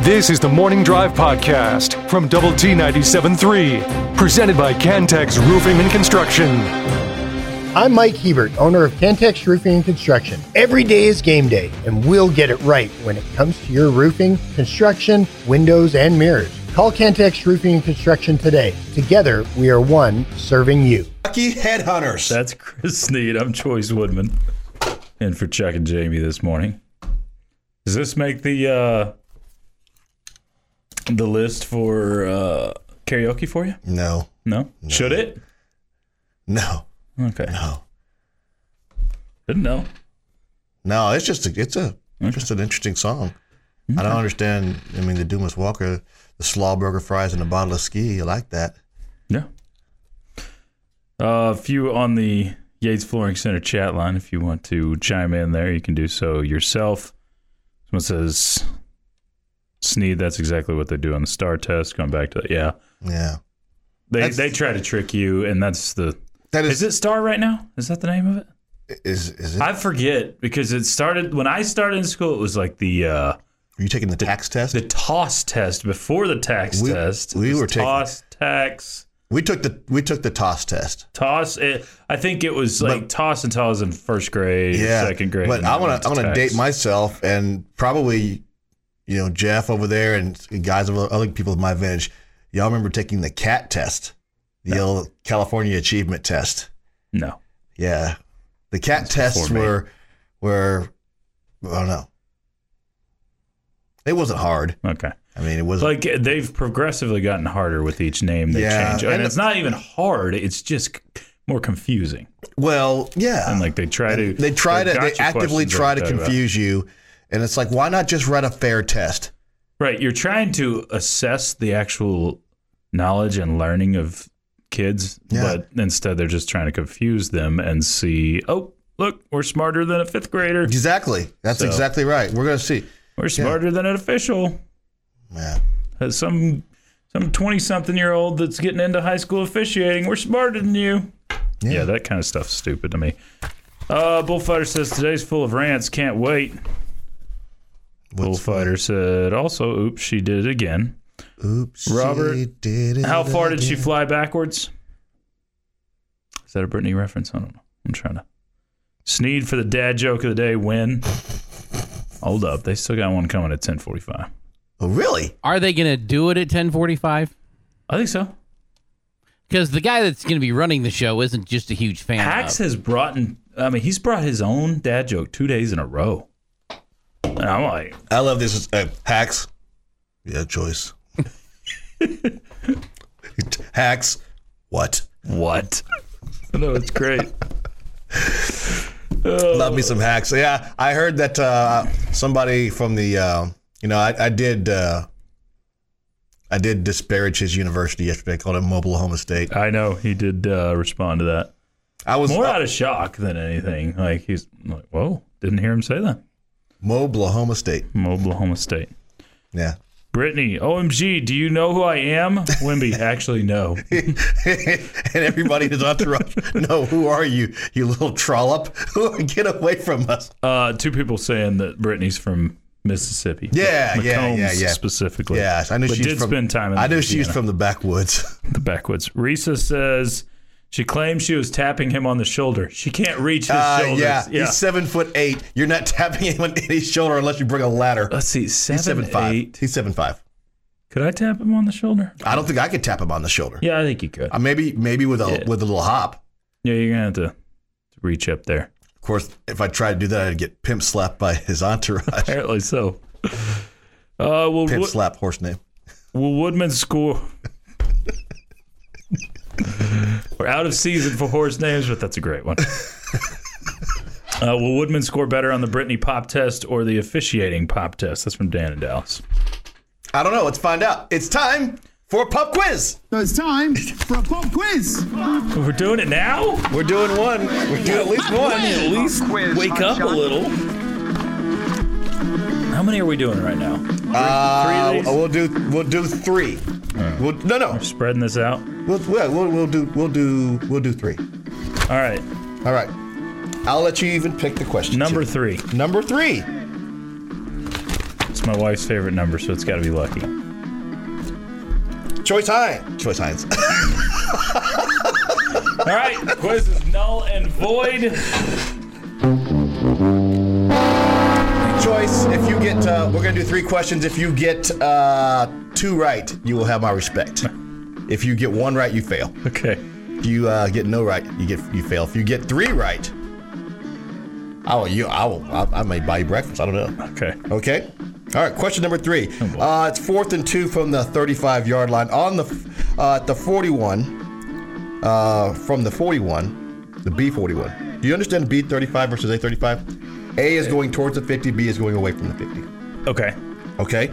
This is the Morning Drive Podcast from Double T 97.3, presented by Cantex Roofing and Construction. I'm Mike Hebert, owner of Cantex Roofing and Construction. Every day is game day, and we'll get it right when it comes to your roofing, construction, windows, and mirrors. Call Cantex Roofing and Construction today. Together, we are one serving you. Lucky headhunters. That's Chris Sneed. I'm Choice Woodman. And for Chuck and Jamie this morning. Does this make the uh the list for uh karaoke for you? no, No? Should it? no, Okay. no, Didn't know. no. It's just a, it's a just an interesting song. I don't understand. I mean, the Dumas Walker, the slaw burger fries, and a bottle of ski. I like that. Yeah. Uh, a few on the Yates Flooring Center chat line. If you want to chime in there, you can do so yourself. Someone says, Sneed, that's exactly what they do on the star test. Going back to that. Yeah. Yeah, They, That's- they try to trick you, and that's the. that is Is it Star right now? Is that the name of it? is is it? I forget because it started when I started in school. It was like the uh, Are you taking the tax test? the toss test before the tax We- test. we It was were taking- toss tax we took the we took the toss test. toss. It, I think it was like But- toss and toss in first grade, Yeah, second grade. But and I then want went to I want to tax. date myself and probably you know Jeff over there and guys of other people of my vintage. Y'all remember taking the cat test, the old California Achievement Test. no. Yeah, the cat tests before were me. were I don't know. It wasn't hard. Okay, I mean, it was not like they've progressively gotten harder with each name they Yeah, change, and, and- it's not even hard. It's just c- more confusing, well, yeah. and like they try to Ah, they try to got they your actively questions try right to there, but- confuse you, and it's like why not just write a fair test? Right. You're trying to assess the actual knowledge and learning of kids, Yeah. but instead they're just trying to confuse them and see, oh, look, we're smarter than a fifth grader. Exactly. That's So- exactly right. We're gonna see. We're smarter than an official. Yeah. Uh, Some some twenty something year old that's getting into high school officiating, we're smarter than you. Yeah, that kind of stuff's stupid to me. Uh, Bullfighter says today's full of rants. Can't wait. What's- Bullfighter said also, oops, she did it again. Oops. Robert, she did it How far did she again. fly backwards? Is that a Britney reference? I don't know. I'm trying to. Sneed for the dad joke of the day. Win. Hold up, they still got one coming at 10:45. Oh, really? Are they going to do it at 10:45? I think so. Because the guy that's going to be running the show isn't just a huge fan. Pax of. has brought in. I mean, he's brought his own dad joke two days in a row. And I'm like, I love this. Uh, hacks. Yeah, choice. hacks. What? what? no, it's great. Love me some hacks. Yeah, I heard that uh, somebody from the, uh, you know, I, I did, uh, I did disparage his university yesterday. I called it mobile home estate. I know he did uh, respond to that I was more uh, out of shock than anything. Like he's like, whoa, didn't hear him say that. mobile home estate. From Oklahoma State. Yeah, Brittany, OMG, do you know who I am? Wimby, actually, no. and everybody is entourage. no, who are you? You little trollop! Get away from us! Uh, two people saying that Brittany's from Mississippi. Yeah, yeah, McCombs yeah, yeah. Specifically. Yeah, I knew but she's did from. spend time in I knew she was Louisiana, from the backwoods. the backwoods. Risa says she claims she was tapping him on the shoulder. She can't reach his Uh, shoulders. yeah, yeah. he's seven foot eight. You're not tapping him on any shoulder unless you bring a ladder. Let's see, seven, He's seven five. eight. He's seven five. Could I tap him on the shoulder? I don't think I could tap him on the shoulder. Yeah, I think you could. Uh, maybe maybe with a Yeah. with a little hop. yeah, you're gonna have to reach up there. Of course, if I tried to do that, I'd get pimp slapped by his entourage. Apparently so. Uh, well, pimp what- slap horse name. Will Woodman score? We're out of season for horse names, but that's a great one. Uh, will Woodman score better on the Brittany pop test or the officiating pop test? That's from Dan in Dallas. I don't know. Let's find out. It's time for a pop quiz. So it's time for a pop quiz. We're doing it now? We're doing one. We're doing at least one. At least wake up a little. How many are we doing right now? Uh, Three of these? we'll do we'll do three. We'll, no no. Spreading this out. We'll, we'll we'll we'll do we'll do we'll do three. All right. All right. I'll let you even pick the question. Number three. Number three. It's It's my wife's favorite number, so it's got to be lucky. Choice Hines. Choice Hines. All right, quiz is null and void. Choice. If you get, uh, we're gonna do three questions. If you get uh, two right, you will have my respect. If you get one right, you fail. Okay. If you uh, get no right, you get you fail. If you get three right, I will. You, I will. I, I may buy you breakfast. I don't know. Okay. Okay. All right. Question number three. boy. Uh, it's fourth and two from the 35 yard line on the f- uh, at the 41. Uh, from the 41, the B 41. Do you understand B 35 versus A 35? A is going towards the 50. B is going away from the 50. Okay. Okay.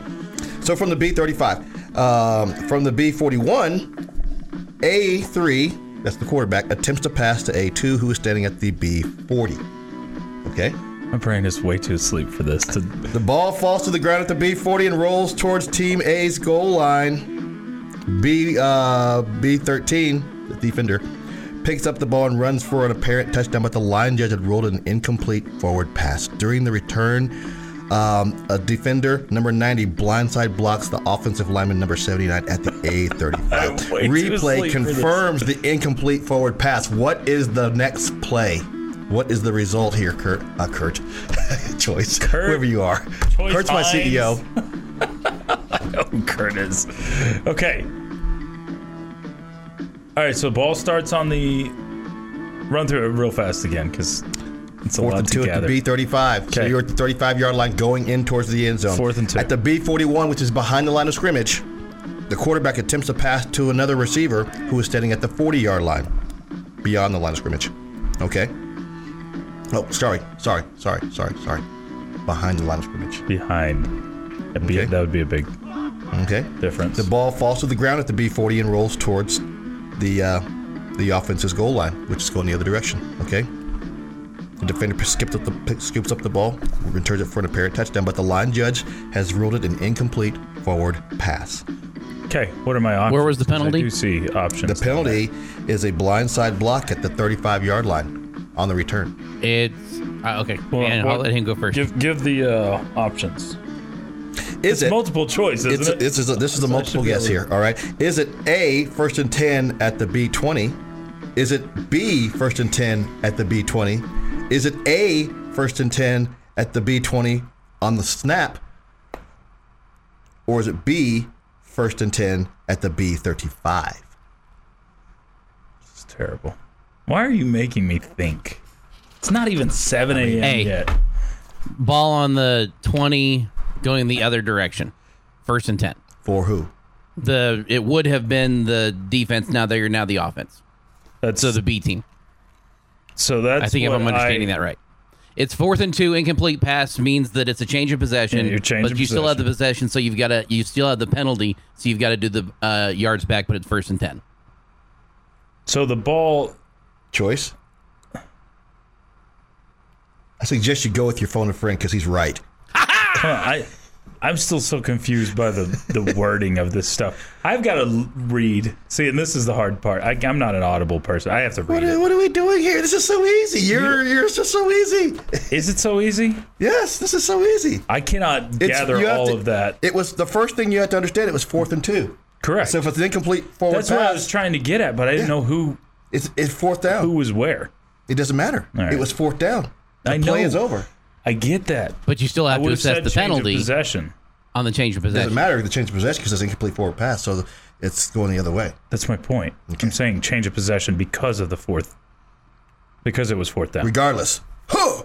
So from the B35, um, from the B41, A3, that's the quarterback, attempts to pass to A2, who is standing at the B40. Okay. My brain is way too asleep for this. To The ball falls to the ground at the B40 and rolls towards Team A's goal line. B uh, B13, the defender, picks up the ball and runs for an apparent touchdown, but the line judge had ruled an incomplete forward pass. During the return, um, a defender, number 90, blindside blocks the offensive lineman, number 79, at the A35. I'm way too asleep Replay for this. confirms the incomplete forward pass. What is the next play? What is the result here, Kurt? Uh, Kurt. Choice. Kurt. Whoever you are. Choice Kurt's my E Hines. CEO. oh, Curtis. Okay. All right. So ball starts on the run through it real fast again because it's a Fourth lot and to two at gather. the B35. So Okay. you're at the 35 yard line going in towards the end zone. Fourth and two. At the B41, which is behind the line of scrimmage, the quarterback attempts to pass to another receiver who is standing at the 40 yard line beyond the line of scrimmage. Okay. Oh, sorry. Sorry. Sorry. Sorry. Sorry. Behind the line of scrimmage. Behind. That'd be, Okay. That would be a big Okay. difference. The ball falls to the ground at the B40 and rolls towards the uh, the offense's goal line, which is going the other direction. Okay. The defender skipped up the pick- scoops up the ball, returns it for an apparent touchdown, but the line judge has ruled it an incomplete forward pass. okay. What are my options? Where was the 'Cause penalty? I do see options. The penalty is a blindside block at the 35-yard line on the return. It's uh, okay. Well, and I'll what- let him go first. Give give the uh, options. Is it? Multiple choice, isn't It's it? this is a, this is a multiple should be guess able here. All right. Is it A first and ten at the B twenty? Is it B first and ten at the B twenty? Is it A first and ten at the B twenty on the snap? Or is it B first and ten at the B thirty five? It's terrible. Why are you making me think? It's not even 7 a.m. Hey. yet. Ball on the twenty, going the other direction. First and ten. For who? The it would have been the defense. Now they're now the offense. That's So the B team. so that's. I think if what I'm understanding I- that right. It's fourth and two. Incomplete pass means that it's a change of possession. Yeah, you're changing but you still have the possession, so you've got to you still have the penalty, so you've got to do the uh, yards back, but it's first and ten. So the ball. Choice. I suggest you go with your phone and friend because he's right. Huh, I I'm still so confused by the the wording of this stuff. I've got to read. See, and this is the hard part. I, I'm not an audible person. I have to read What are, it. what are we doing here? This is so easy. You're you're just so easy. Is it so easy? Yes, this is so easy. I cannot It's- you gather have all to- of that. It was the first thing you had to understand. It was fourth and two. Correct. So if it's an incomplete forward that's pass, what I was trying to get at, but I didn't know who it's, it's fourth down. who was where. It doesn't matter. right. It was fourth down. The I know. play is over. I get that. But you still I have to would have assess said the change of penalty possession. on the change of It doesn't possession. matter if the change of possession because it's an incomplete forward pass. So it's going the other way. That's my point. I'm saying change of possession because of the fourth, because it was fourth down. Regardless. Huh!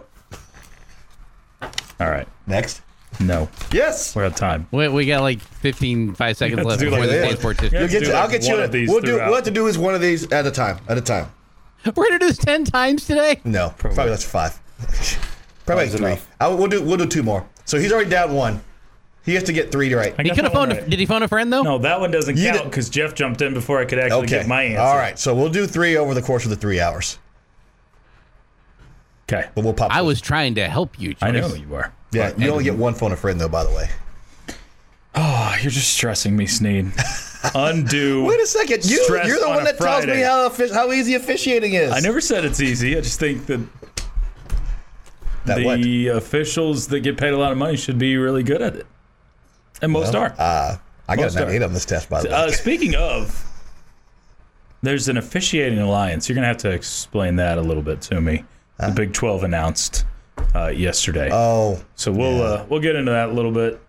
All right, Next. no, Yes. we're out of time. We, we got like 15, five seconds have left to do before like the this. Stan Sports is- Yeah. You'll have to get do to, like I'll get one you. of these we'll do. throughout. We'll have to do is one of these at a time. At a time. We're gonna do this ten times today. No, probably, that's five. probably That's three. enough. I, we'll do. We'll do two more. So he's already down one. He has to get three right. I He got could have that one phoned. right. A, did he phone a friend though? No, that one doesn't You count did- because Jeff jumped in before I could actually Okay. get my answer. All right. So we'll do three over the course of the three hours. Okay. But we'll pop. I those. was trying to help you. Joyce. I know you are. Yeah. You only get one phone a friend though. By the way. Oh, you're just stressing me, Sneed. Undo. Wait a second. You. stress you're the on one a that tells me Friday. how offic- how easy officiating is. I never said it's easy. I just think that That what? the officials that get paid a lot of money should be really good at it. And most are. Uh, I got Most an are. 98 on this test, by the way. Uh, speaking of, there's an officiating alliance. You're going to have to explain that a little bit to me. The Big 12 announced uh, yesterday. oh, so we'll uh, we'll get into that a little bit.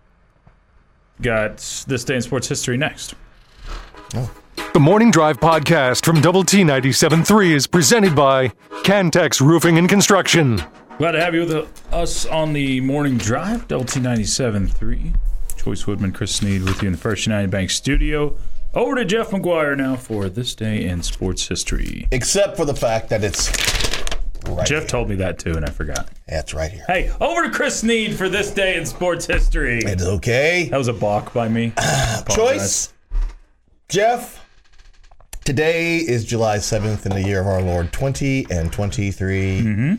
Got this day in sports history next. The Morning Drive podcast from Double T 97.3 is presented by Cantex Roofing and Construction. Glad to have you with us on the morning drive, Double T 97.3. Choice Woodman, Chris Sneed with you in the First United Bank studio. Over to Jeff McGuire now for this day in sports history. except for the fact that it's right Jeff here. told me that too, and I forgot. Yeah, it's right here. Hey, over to Chris Sneed for this day in sports history. It's okay. That was a balk by me. Choice. Jeff. Today is July 7th in the year of our Lord 20 and 23.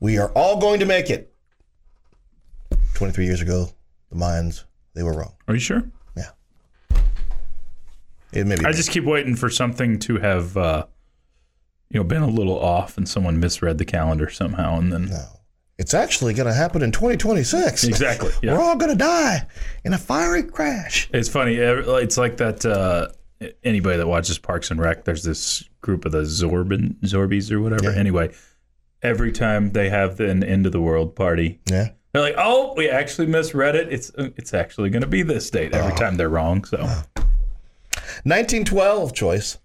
We are all going to make it. 23 years ago, the Mayans, they were wrong. Are you sure? Yeah. It may be. I just keep waiting for something to have, uh, you know, been a little off, and someone misread the calendar somehow, and then no. It's actually going to happen in 2026. exactly. We're Yeah, all going to die in a fiery crash. it's funny. eh, It's like that. Uh, anybody that watches Parks and Rec, there's this group of the Zorbin Zorbies or whatever. Yeah. Anyway, every time they have an end of the world party, Yeah. They're like, oh, we actually misread it. It's uh, it's actually going to be this date every Oh. time they're wrong. So 1912 choice.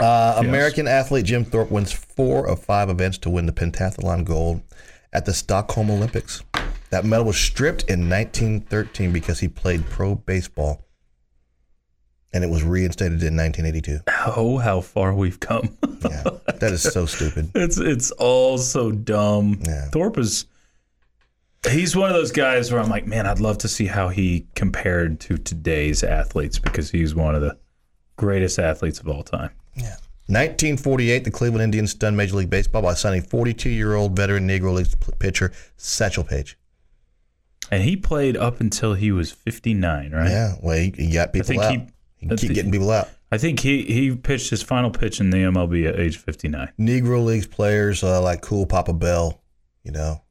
Uh, American athlete Jim Thorpe wins four of five events to win the pentathlon gold at the Stockholm Olympics. That medal was stripped in 1913 because he played pro baseball, and it was reinstated in 1982. oh, how far we've come. Yeah, that is so stupid. it's it's all so dumb. Yeah. Thorpe is he's one of those guys where I'm like, man, I'd love to see how he compared to today's athletes because he's one of the greatest athletes of all time. 1948, the Cleveland Indians stunned Major League Baseball by signing 42-year-old veteran Negro League p- pitcher Satchel Paige. And he played up until he was 59, right? Yeah, well, he, he got people think out. he- He, I keep think- getting people out. I think he he pitched his final pitch in the MLB at age 59. Negro Leagues players uh, like Cool Papa Bell, you know,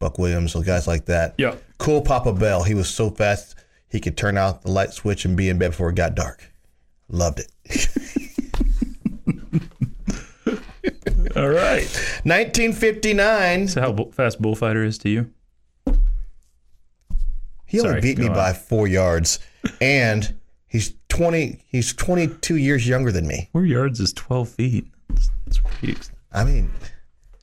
Buck Williams, those guys like that. Yeah. Cool Papa Bell, he was so fast he could turn out the light switch and be in bed before it got dark. Loved it. All right. 1959. So how bu- fast bullfighter is to you? He only Sorry, beat me go on. by four yards, and he's 20. He's 22 years younger than me. Four yards is 12 feet. That's pretty ex- I mean,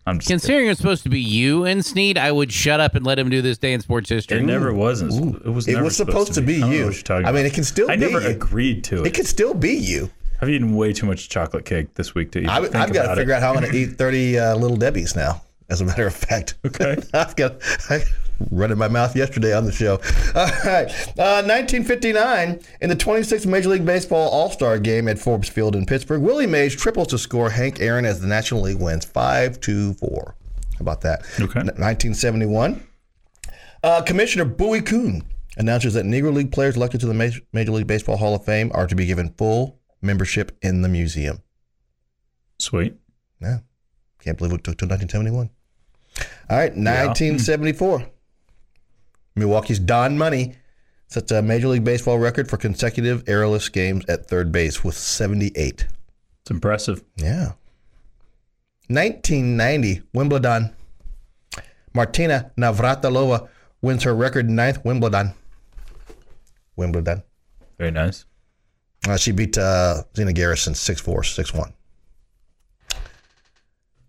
I'm just Considering it's supposed to be you and Sneed, I would shut up and let him do this day in sports history. It never wasn't. it was. it never was supposed to be I don't know you. what you're talking I mean, about. it can still I be never you. agreed to it. it could still be you. I've eaten way too much chocolate cake this week to even I, think I've got to about figure it. out how I'm going to eat 30 uh, little debbies now. As a matter of fact, Okay. I've got I running my mouth yesterday on the show. All right, uh, 1959 in the 26th Major League Baseball All Star Game at Forbes Field in Pittsburgh, Willie Mays triples to score Hank Aaron as the National League wins 5-2-4. How about that? Okay. N- 1971. Uh, Commissioner Bowie Kuhn announces that Negro League players elected to the Ma- Major League Baseball Hall of Fame are to be given full membership in the museum. Sweet. Yeah. Can't believe it took till 1971. All right, 1974. Milwaukee's Don Money sets a Major League Baseball record for consecutive errorless games at third base with 78. It's impressive. Yeah. 1990, Wimbledon. Martina Navratilova wins her record ninth Wimbledon. Wimbledon. Very nice. Uh, she beat uh, Zena Garrison 6 4, 6 1.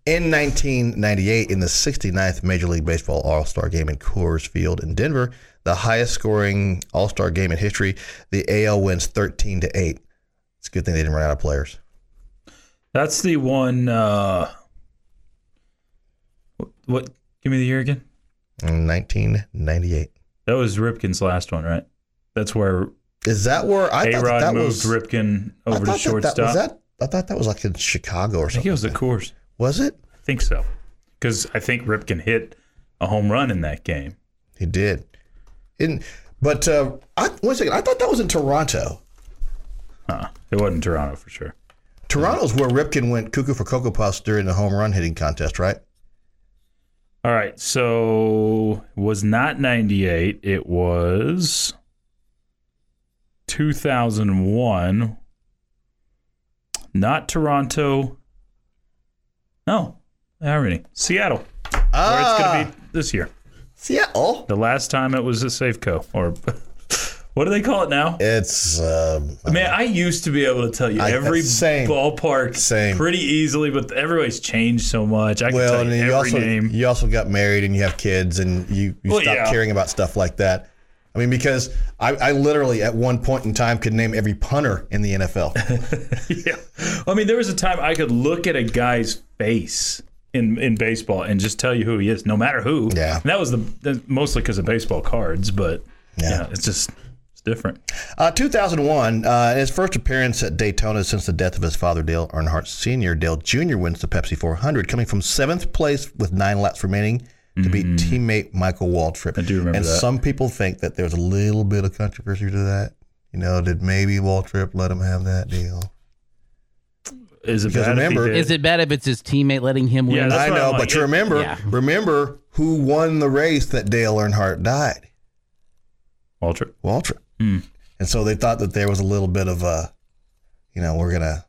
In 1998, in the 69th Major League Baseball All Star Game in Coors Field in Denver, the highest scoring All Star game in history, the AL wins 13 to 8. It's a good thing they didn't run out of players. That's the one. Uh, what, what? Give me the year again. In 1998. That was Ripken's last one, right? That's where Is that where I A thought that, Rod that moved was Ripken I over thought that, to that shortstop. was that? I thought that was like in Chicago or I think it something. was the course. Was it? I think so. Because I think Ripken hit a home run in that game. He did. In, but uh, I, one second, I thought that was in Toronto. Huh. It wasn't Toronto for sure. Toronto's where Ripken went cuckoo for Cocoa Puffs during the home run hitting contest, right? All right, so it was not 98, it was 2001. Not Toronto. No, already. Seattle. Where it's going to be this year. Ah, Seattle. The last time it was a Safeco or what do they call it now? It's um, Man, I used to be able to tell you I- every same. ballpark Same. pretty easily, but everybody's changed so much. I can well, tell and you you every also name. you also got married and you have kids and you, you Well, stop yeah. caring about stuff like that. I mean, because I, I literally at one point in time could name every punter in the NFL. yeah. I mean, there was a time I could look at a guy's face in in baseball and just tell you who he is, no matter who. Yeah. And that was the that, mostly because of baseball cards, but yeah, it's just it's different. Uh, 2001, uh, in his first appearance at Daytona since the death of his father, Dale Earnhardt Sr., Dale Jr. wins the Pepsi 400, coming from seventh place with nine laps remaining to beat teammate Michael Waltrip. I Mm. do remember And that. some people think that there's a little bit of controversy to that. You know, did maybe Waltrip let him have that deal? Is it Because bad if he remember- did? Is it bad if it's his teammate letting him win? Yeah, that's I what I'm know, like, but you it- remember, yeah. remember who won the race that Dale Earnhardt died? Waltrip? Waltrip. Hmm. And so they thought that there was a little bit of a, you know, we're gonna,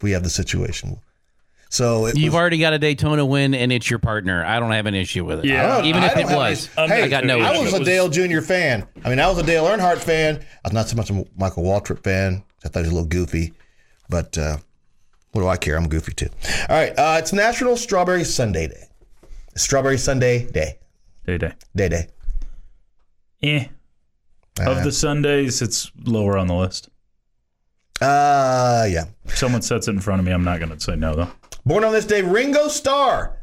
we have the situation. So it You've was, already got a Daytona win, and it's your partner. I don't have an issue with it. Yeah. I don't- even I if don't it have was, any- I got no I I issue. was It a was- Dale Jr. fan. I mean, I was a Dale Earnhardt fan. I was not so much a Michael Waltrip fan. I thought he was a little goofy, but uh, what do I care? I'm goofy too. All right, uh, it's National Strawberry Sunday Day. Strawberry Sunday Day. Day day. Day Day. Eh. Uh. Of the Sundays, it's lower on the list. Uh, yeah. If someone sets it in front of me, I'm not going to say no though. Born on this day, Ringo Starr.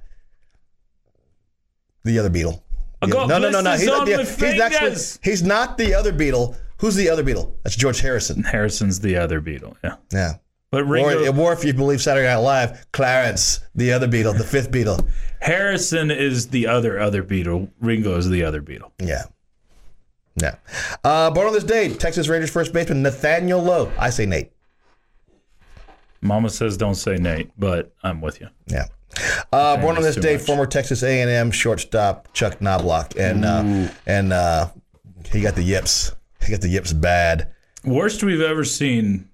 The other Beatle. I The- got no, no, no, no. blisters He's not, on the, my he's, actually, fingers. he's not the other Beatle. Who's the other Beatle? That's George Harrison. Harrison's the other Beatle. Yeah. Yeah. But Or, Ringo or if you believe Saturday Night Live, Clarence, the other Beatle, the fifth Beatle. Harrison is the other other Beatle. Ringo is the other Beatle. Yeah. Yeah. Uh, born on this day, Texas Rangers first baseman Nathaniel Lowe. I say Nate. Mama says don't say Nate, but I'm with you. Yeah. Uh, born on this that's too day, much. former Texas A&M shortstop Chuck Knobloch, and uh, and uh, he got the yips. He got the yips bad. Worst we've ever seen,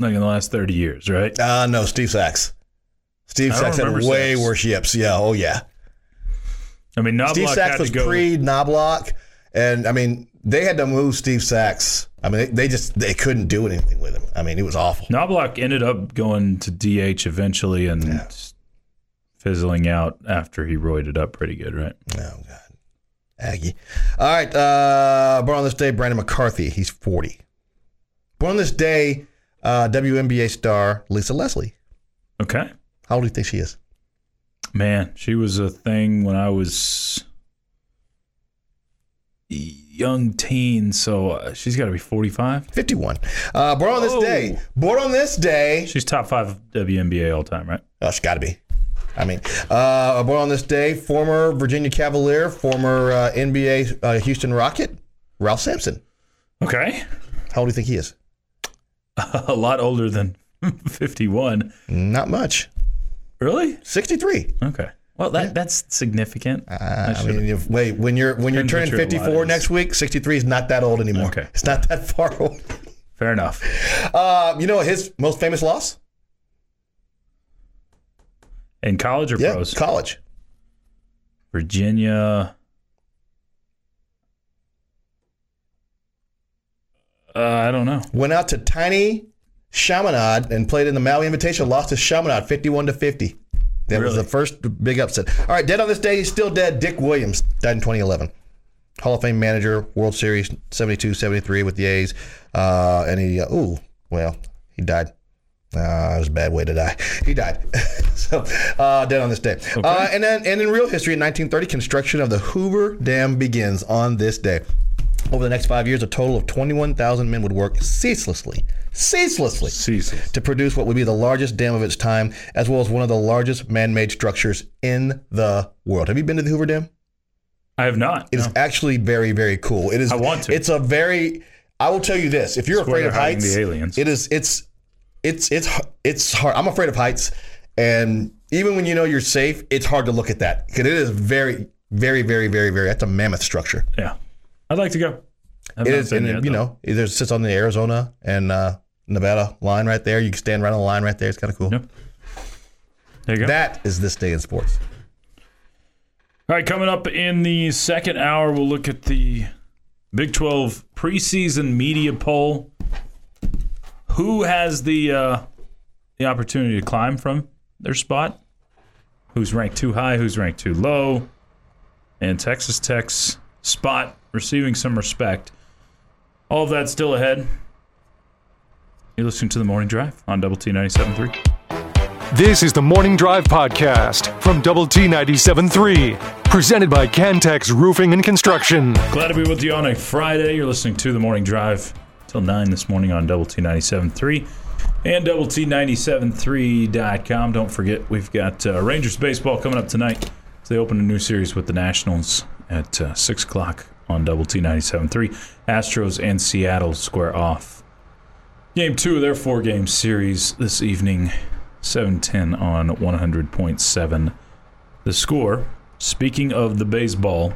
like in the last thirty years, right? Uh no, Steve Sachs. Steve I don't Sachs had remember way Sachs. worse yips. Yeah, oh yeah. I mean, Knobloch Steve Sachs had was to go. pre Knobloch, and I mean they had to move Steve Sachs. I mean they, they just they couldn't do anything with him. I mean it was awful. Knobloch ended up going to DH eventually and s- fizzling out after he roided up pretty good, right? Oh God, Aggie. All right, uh, born on this day, Brandon McCarthy. He's forty. Born on this day, uh, WNBA star Lisa Leslie. Okay, How old do you think she is? man, she was a thing when I was young teen, so uh, she's got to be forty-five. Fifty-one. Uh, born on this Oh. day. Born on this day. She's top five WNBA all time, right? Oh, it's got to be. I mean, uh, born on this day, former Virginia Cavalier, former uh, NBA uh, Houston Rocket, Ralph Sampson. Okay, How old do you think he is? a lot older than fifty-one. Not much. Really? Sixty-three. Okay. Well, that that's significant. Uh, I should've- mean, if- wait, when you're when you're Depends turning what your 54 line is. next week, 63 is not that old anymore. Okay. It's not that far old. Fair enough. Uh, you know his most famous loss? In college or Yeah, pros? college. Virginia. Uh, I don't know. Went out to tiny Chaminade and played in the Maui Invitation. Lost to Chaminade 51 to 50. That was Really? the first big upset. All right, dead on this day, he's still dead. Dick Williams died in 2011. Hall of Fame manager, World Series 72 73 with the A's. Uh, and he, uh, ooh, well, he died. Uh, it was a bad way to die. He died. so, uh, dead on this day. Uh, and then, and in real history, in 1930, construction of the Hoover Dam begins on this day. Over the next five years, a total of 21,000 men would work ceaselessly, ceaselessly Ceaseless. to produce what would be the largest dam of its time, as well as one of the largest man made structures in the world. Have you been to the Hoover Dam? I have not. It is no. actually very, very cool. It is. I want to. It's a very. I will tell you this: if you're where afraid of they're hiding heights, the aliens. it is. It's. It's. It's. It's hard. I'm afraid of heights, And even when you know you're safe, it's hard to look at that because it is very, very, very, very, very. That's a mammoth structure. Yeah. I'd like to go. I've It not is, been and yet, you though. know, it sits on the Arizona and uh, Nevada line right there. You can stand right on the line right there. It's kind of cool. Yep. There you go. That is this day in sports. All right, coming up in the second hour, we'll look at the Big 12 preseason media poll. Who has the uh, the opportunity to climb from their spot? Who's ranked too high? Who's ranked too low? And Texas Tech's spot receiving some respect. All of that's still ahead. You're listening to the Morning Drive on Double T 97.3. This is the Morning Drive Podcast from Double T 97.3, presented by Cantex Roofing and Construction. Glad to be with you on a Friday. You're listening to The Morning Drive till 9 this morning on Double T 97.3 and Double T 97.3.com. Don't forget, we've got uh, Rangers baseball coming up tonight. So they open a new series with the Nationals at uh, 6 o'clock on Double T 97.3. Astros and Seattle square off. Game two of their four game series this evening, 7:10 on 100.7. The score, speaking of the baseball,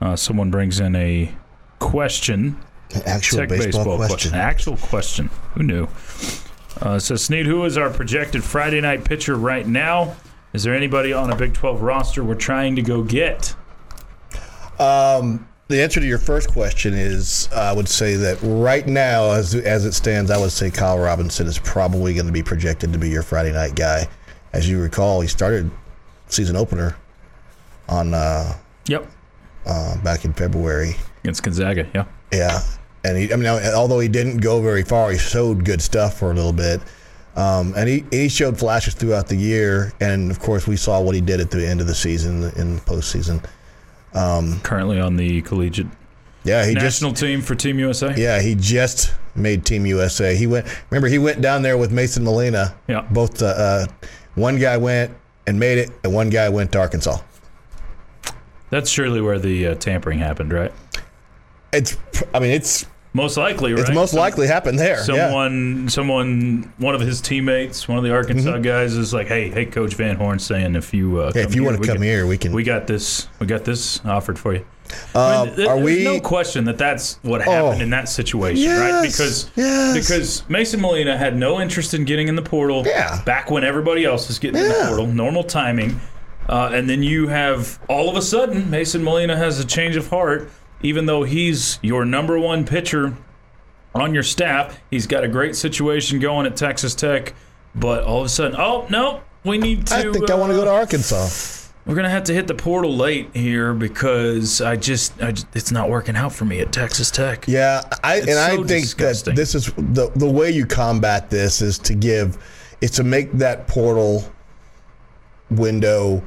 uh, someone brings in a question. An actual Tech baseball, question. Actual question. Who knew? Uh, so, Sneed, who is our projected Friday night pitcher right now? Is there anybody on a Big 12 roster we're trying to go get? Um, the answer to your first question is I would say that right now, as, as it stands, I would say Kyle Robinson is probably going to be projected to be your Friday night guy. As you recall, he started season opener on uh, Yep. uh, back in February. Against Gonzaga, yeah. Yeah, and he, I mean, although he didn't go very far, he showed good stuff for a little bit, um, and he, he showed flashes throughout the year. And of course, we saw what he did at the end of the season in the postseason. Currently on the collegiate Yeah, he just national team for Team USA. yeah he just made Team USA. He went. Remember, he went down there with Mason Molina. Yeah. both uh, uh, one guy went and made it, and one guy went to Arkansas. That's surely where the uh, tampering happened, right? It's I mean it's Most likely, right? it's most likely happened there. yeah. someone someone one of his teammates one of the arkansas guys is like hey hey coach van horn saying if you uh, Mm-hmm. Hey, if you want we to come can- here, we can. we got this we got this offered for you I um, mean, th- are there's we? no question that that's what happened Oh. in that situation Yes, right because yes. because mason molina had no interest in getting in the portal Yeah. back when everybody else is getting in the Yeah. portal normal timing uh, and then you have all of a sudden mason molina has a change of heart even though he's your number one pitcher on your staff. He's got a great situation going at Texas Tech, but all of a sudden, oh no, we need to. uh, I think I want to go to Arkansas. We're gonna have to hit the portal late here because I just, I just it's not working out for me at Texas Tech. Yeah, I and I so think disgusting. that this is the the way you combat this is to give is to make that portal window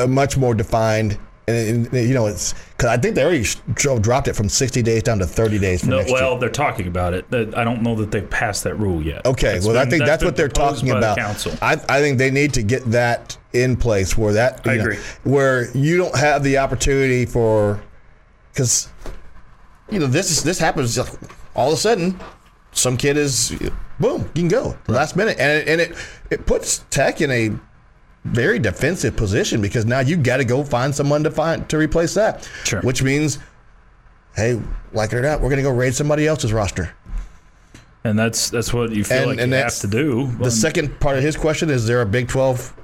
uh, much more defined. And, and, you know, it's because I think they already sh- dropped it from sixty days down to thirty days for No, next well, year. they're talking about it. That- I don't know that they've passed that rule yet. Okay, That's well, I been- think that's, been what they're proposed talking by the about. council. I, I think they need to get that in place where that I you know, agree. where you don't have the opportunity for because you know this is this happens like, all of a sudden some kid is boom you can go last minute and it, and it it puts Tech in a very defensive position because now you got to go find someone to find to replace that, Sure. which means hey like it or not we're gonna go raid somebody else's roster. and that's that's what you feel And- like and you have that's to do. The Um, second part of his question is: There a Big Twelve?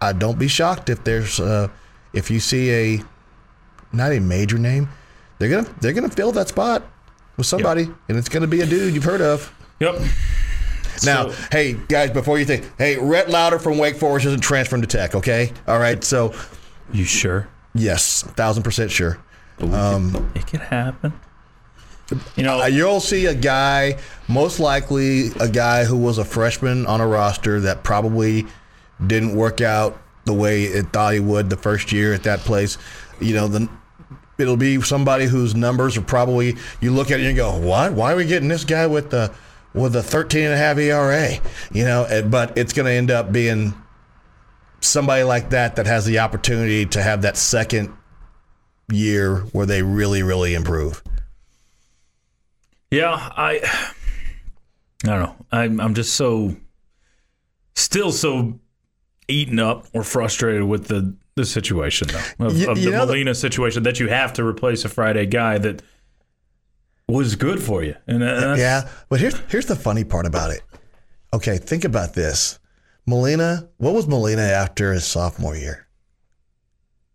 I don't be shocked if there's uh, if you see a not a major name, they're gonna they're gonna fill that spot with somebody, and it's gonna be a dude you've heard of. yep. Now, So- hey guys, before you think, hey, Rhett Louder from Wake Forest isn't transferring to Tech, okay? All right, so You sure? yes, thousand percent sure. It could happen. You know, Uh, you'll see a guy, most likely a guy who was a freshman on a roster that probably didn't work out the way it thought he would the first year at that place. You know, the, it'll be somebody whose numbers are probably you look at it and you go, "What? Why are we getting this guy with the with a 13 and a half ERA?" You know, and- but it's going to end up being somebody like that that has the opportunity to have that second year where they really really improve. Yeah, I I don't know. I'm I'm just so still so eaten up or frustrated with the the situation though of, You- of you the know the- Molina situation that you have to replace a Friday guy that was good for you. And that's, Yeah, but here's here's the funny part about it. Okay, think about this. Molina, what was Molina after his sophomore year?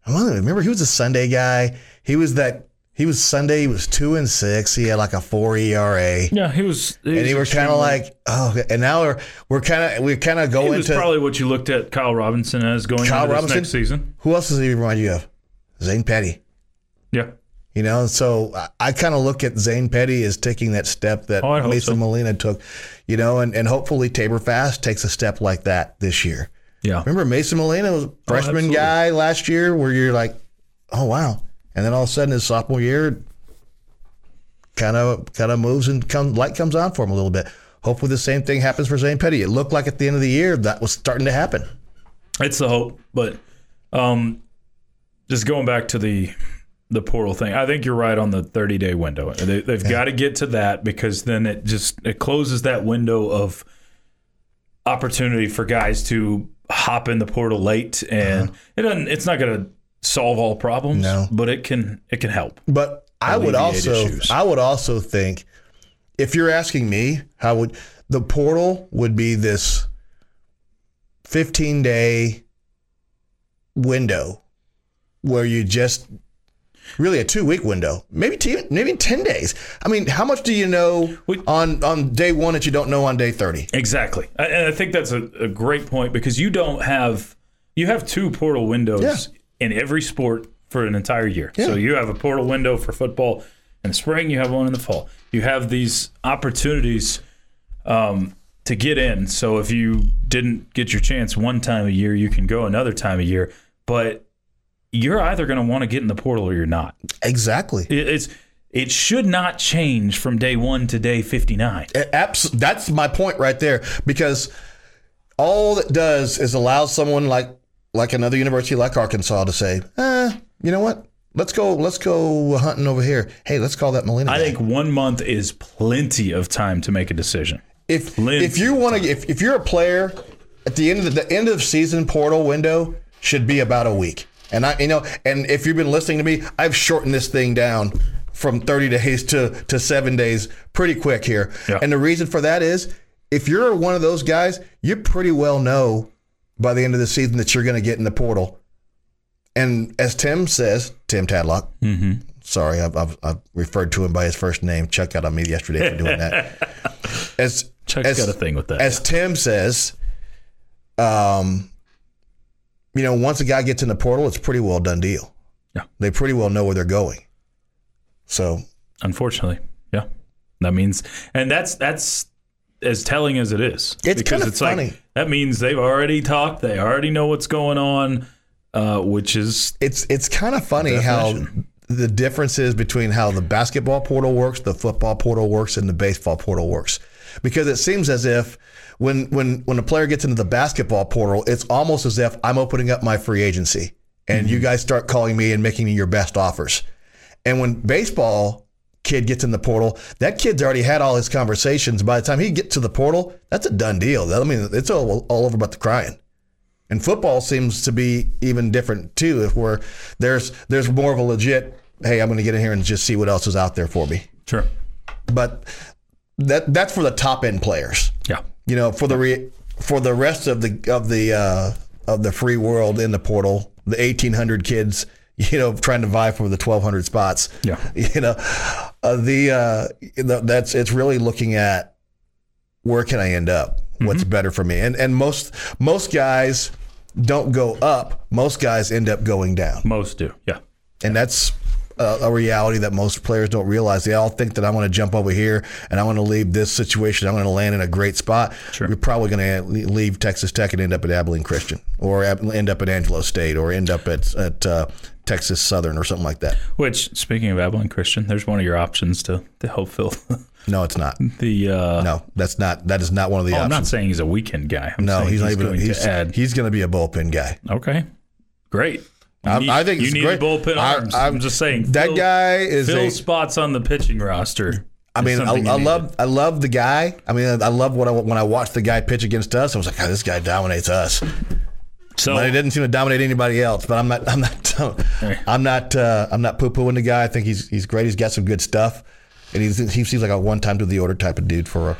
I don't even remember. He was a Sunday guy. He was that. He was Sunday. He was two and six. He had like a four ERA, yeah, he was. He and he was kind of like, oh. okay. And now we're we're kind of we kind of he go was into probably what you looked at Kyle Robinson as going Kyle into this Robinson next season. Who else does he remind you of? Zane Petty. Yeah, You know, so I, I kind of look at Zane Petty as taking that step that Oh, I hope Mason so. Molina took, you know, and, and hopefully Tabor Fast takes a step like that this year. yeah. Oh, Remember, Mason Molina was a freshman absolutely. guy last year where you're like, oh, wow. And then all of a sudden his sophomore year kind of kind of moves and come, light comes on for him a little bit. Hopefully the same thing happens for Zane Petty. It looked like at the end of the year that was starting to happen. It's the hope, but um, just going back to the the portal thing, I think you're right on the 30 day window. They, they've got to get to that because then it just it closes that window of opportunity for guys to hop in the portal late, and it doesn't. It's not going to solve all problems, No. but it can it can help. But I would alleviate also issues. I would also think if you're asking me, how would the portal would be this 15 day window where you just really a two week window, maybe t- maybe 10 days. I mean, how much do you know We- on on day 1 that you don't know on day 30? Exactly, I, and I think that's a, a great point because you don't have you have two portal windows Yeah. in every sport for an entire year. So you have a portal window for football in the spring. You have one in the fall. You have these opportunities um, to get in. So if you didn't get your chance one time a year, you can go another time a year. But you're either going to want to get in the portal or you're not. Exactly. It, it's it should not change from day one to day fifty nine. Abs- that's my point right there because all it does is allow someone like like another university like Arkansas to say, eh, you know what? Let's go. Let's go hunting over here. Hey, let's call that Molina. I guy." think one month is plenty of time to make a decision. if Lynn- if you want to if, if you're a player at the end of the, the end of season portal window should be about a week. And I you know and if you've been listening to me, I've shortened this thing down from 30 days to to 7 days pretty quick here. Yeah. And the reason for that is if you're one of those guys, you pretty well know by the end of the season that you're going to get in the portal. And as Tim says, Tim Tadlock, sorry, I've, I've, I've referred to him by his first name. Chuck out on me yesterday for doing that. As Chuck's as- got a thing with that. As Tim says, um, you know, once a guy gets in the portal, it's pretty well done deal. Yeah. They pretty well know where they're going. So Unfortunately, yeah, that means, and that's that's as telling as it is. It's Because kinda funny. Like, that means they've already talked. They already know what's going on, uh, which is it's it's kind of funny how the difference is between how the basketball portal works, the football portal works, and the baseball portal works. Because it seems as if when when when a player gets into the basketball portal, it's almost as if I'm opening up my free agency and you guys start calling me and making me your best offers. And when baseball kid gets in the portal, that kid's already had all his conversations. By the time he gets to the portal, that's a done deal. I mean, it's all, all over but the crying. And football seems to be even different too, if where there's there's more of a legit, hey, I'm going to get in here and just see what else is out there for me. sure, But that that's for the top end players. yeah, You know, for the re, for the rest of the of the uh, of the free world in the portal, the 1800 kids, you know, trying to vie for the 1200 spots. Yeah. You know, uh, the uh, the- that's it's really looking at where can I end up? What's Mm-hmm. better for me? And and most most guys don't go up. Most guys end up going down, most do, yeah. and that's a, a reality that most players don't realize. They all think that I want to jump over here and I want to leave this situation. I'm going to land in a great spot. Sure. You're probably going to leave Texas Tech and end up at Abilene Christian, or ab- end up at Angelo State, or end up at at uh, Texas Southern, or something like that. Which, speaking of Abilene Christian, there's one of your options to to help fill No, it's not. the. Uh, No, that's not. That is not one of the oh, I'm options. not saying he's a weekend guy. I'm no, saying he's, not even. going He's, to add. he's going to be a bullpen guy. okay, great. You I, need- I think you it's need great. bullpen I- arms. I, am just saying that fill- guy is fill a spots on the pitching roster. I mean, I, something you I needed. love I love the guy. I mean, I, I love what I, when I watched the guy pitch against us. I was like, God, this guy dominates us. So But he didn't seem to dominate anybody else. But I'm not. I'm not. I'm not. Uh, I'm not poo pooing the guy. I think he's he's great. He's got some good stuff, and he's, he seems like a one time to the order type of dude for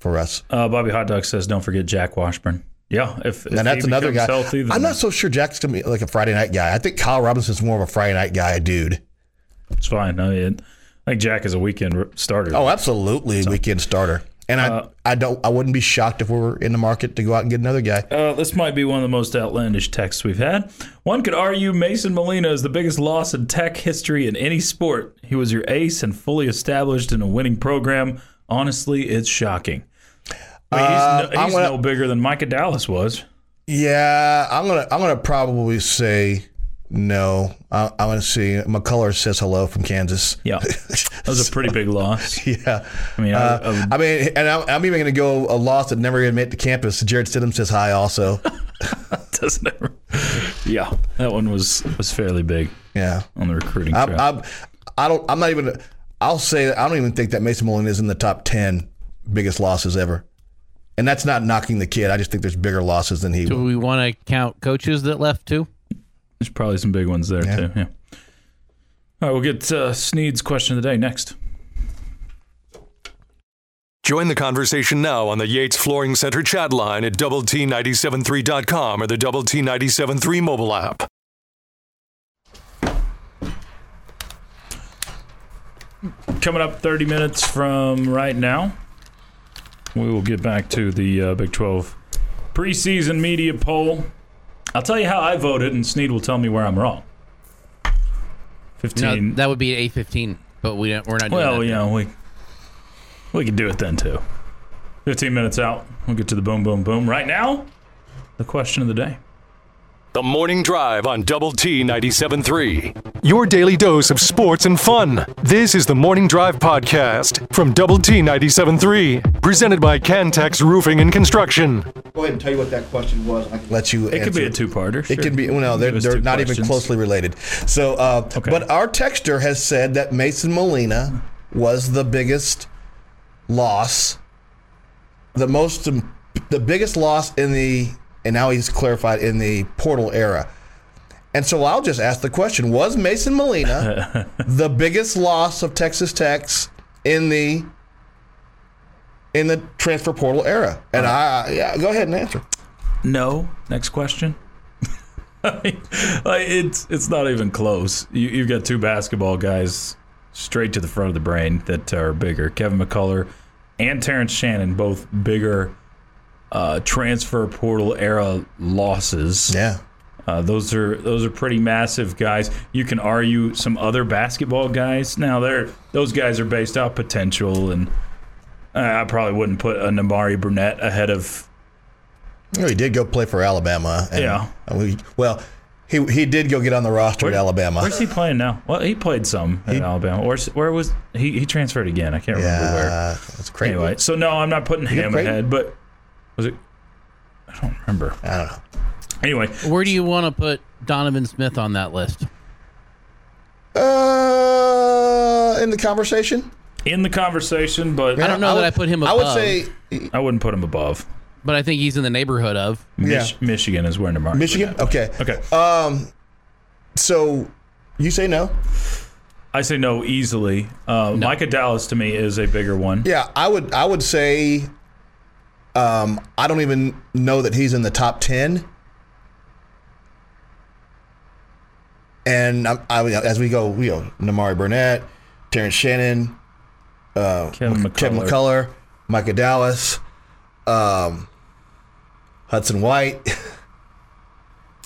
for us. uh, Bobby Hot Dog says, "Don't forget Jack Washburn." Yeah, if, if Now that's he another guy. becomes Healthy, then I'm not so sure Jack's gonna be like a Friday night guy. I think Kyle Robinson's more of a Friday night guy, dude. It's fine. I, mean, I think Jack is a weekend r- starter. Oh, absolutely, weekend starter. And I, Uh, I don't, I wouldn't be shocked if we were in the market to go out and get another guy. Uh, this might be one of the most outlandish texts we've had. One could argue Mason Molina is the biggest loss in tech history in any sport. He was your ace and fully established in a winning program. Honestly, it's shocking. I mean, he's no, I'm he's gonna- no bigger than Micah Dallas was. Yeah, I'm gonna, I'm gonna probably say no. I, I'm gonna see McCullough says hello from Kansas. Yeah, that was a pretty big loss. Yeah, Uh, I mean, I- I would- I mean, and I'm, I'm even gonna go a loss that never even made it to campus. Jared Stidham says hi also. doesn't ever. Yeah, that one was was fairly big Yeah. on the recruiting trail. I'm, I'm, I don't. I'm not even. I'll say that I don't even think that Mason Mullen is in the top ten biggest losses ever. And that's not knocking the kid. I just think there's bigger losses than he. Do we want to count coaches that left too? There's probably some big ones there too. Yeah. All right, we'll get uh, Sneed's question of the day next. Join the conversation now on the Yates Flooring Center chat line at double T973.com or the double T973 mobile app. Coming up 30 minutes from right now, we will get back to the uh, Big 12 preseason media poll. I'll tell you how I voted, and Sneed will tell me where I'm wrong. No, 15. that would be a fifteen, but we don't, we're not doing Well, that. you know, we we can do it then too. Fifteen minutes out. We'll get to the boom, boom, boom. Right now, the question of the day. The Morning Drive on Double T 97.3. Your daily dose of sports and fun. This is the Morning Drive podcast from Double T 97.3, presented by Cantex Roofing and Construction. Go ahead and tell you what that question was. I can Let you. It could be a answer. two-parter. It can be. Well, no, they're, Those they're two not even questions. closely related. So, uh, but our texter has said that Mason Molina was the biggest loss, the most, um, the biggest loss in the, and now he's clarified in the portal era. And so I'll just ask the question: Was Mason Molina the biggest loss of Texas Tech's in the in the transfer portal era? And I, yeah, go ahead and answer. No. Next question. I mean, like, it's it's not even close. You, you've got two basketball guys straight to the front of the brain that are bigger. Kevin McCullough and Terrence Shannon, both bigger uh, transfer portal era losses. Yeah. Uh, those are those are pretty massive guys. You can argue some other basketball guys. Now they're those guys are based off potential, and uh, I probably wouldn't put a Namari Burnett ahead of No, he did go play for Alabama. and- Yeah. and we- well, he he did go get on the roster at Alabama. Where's he playing now? Well, he played some at Alabama. Or where was he? He transferred again. I can't remember where. Yeah, that's crazy. Anyway, so no, I'm not putting him Creighton? ahead. But was it? I don't remember. I don't know. Anyway, Where do you want to put Donovan Smith on that list? Uh, in the conversation, in the conversation, but I don't know that I put him I would above. say I wouldn't put him above. But I think he's in the neighborhood of. Mich- Michigan is where Namari. Michigan. Okay. Okay. Um, so you say no? I say no easily. Uh, Micah Dallas to me is a bigger one. Yeah, I would. I would say. Um, I don't even know that he's in the top ten. And I'm, I, as we go, you know, Namari Burnett, Terrence Shannon, Kevin McCullough. Kevin McCullough, Micah Dallas, um, Hudson White.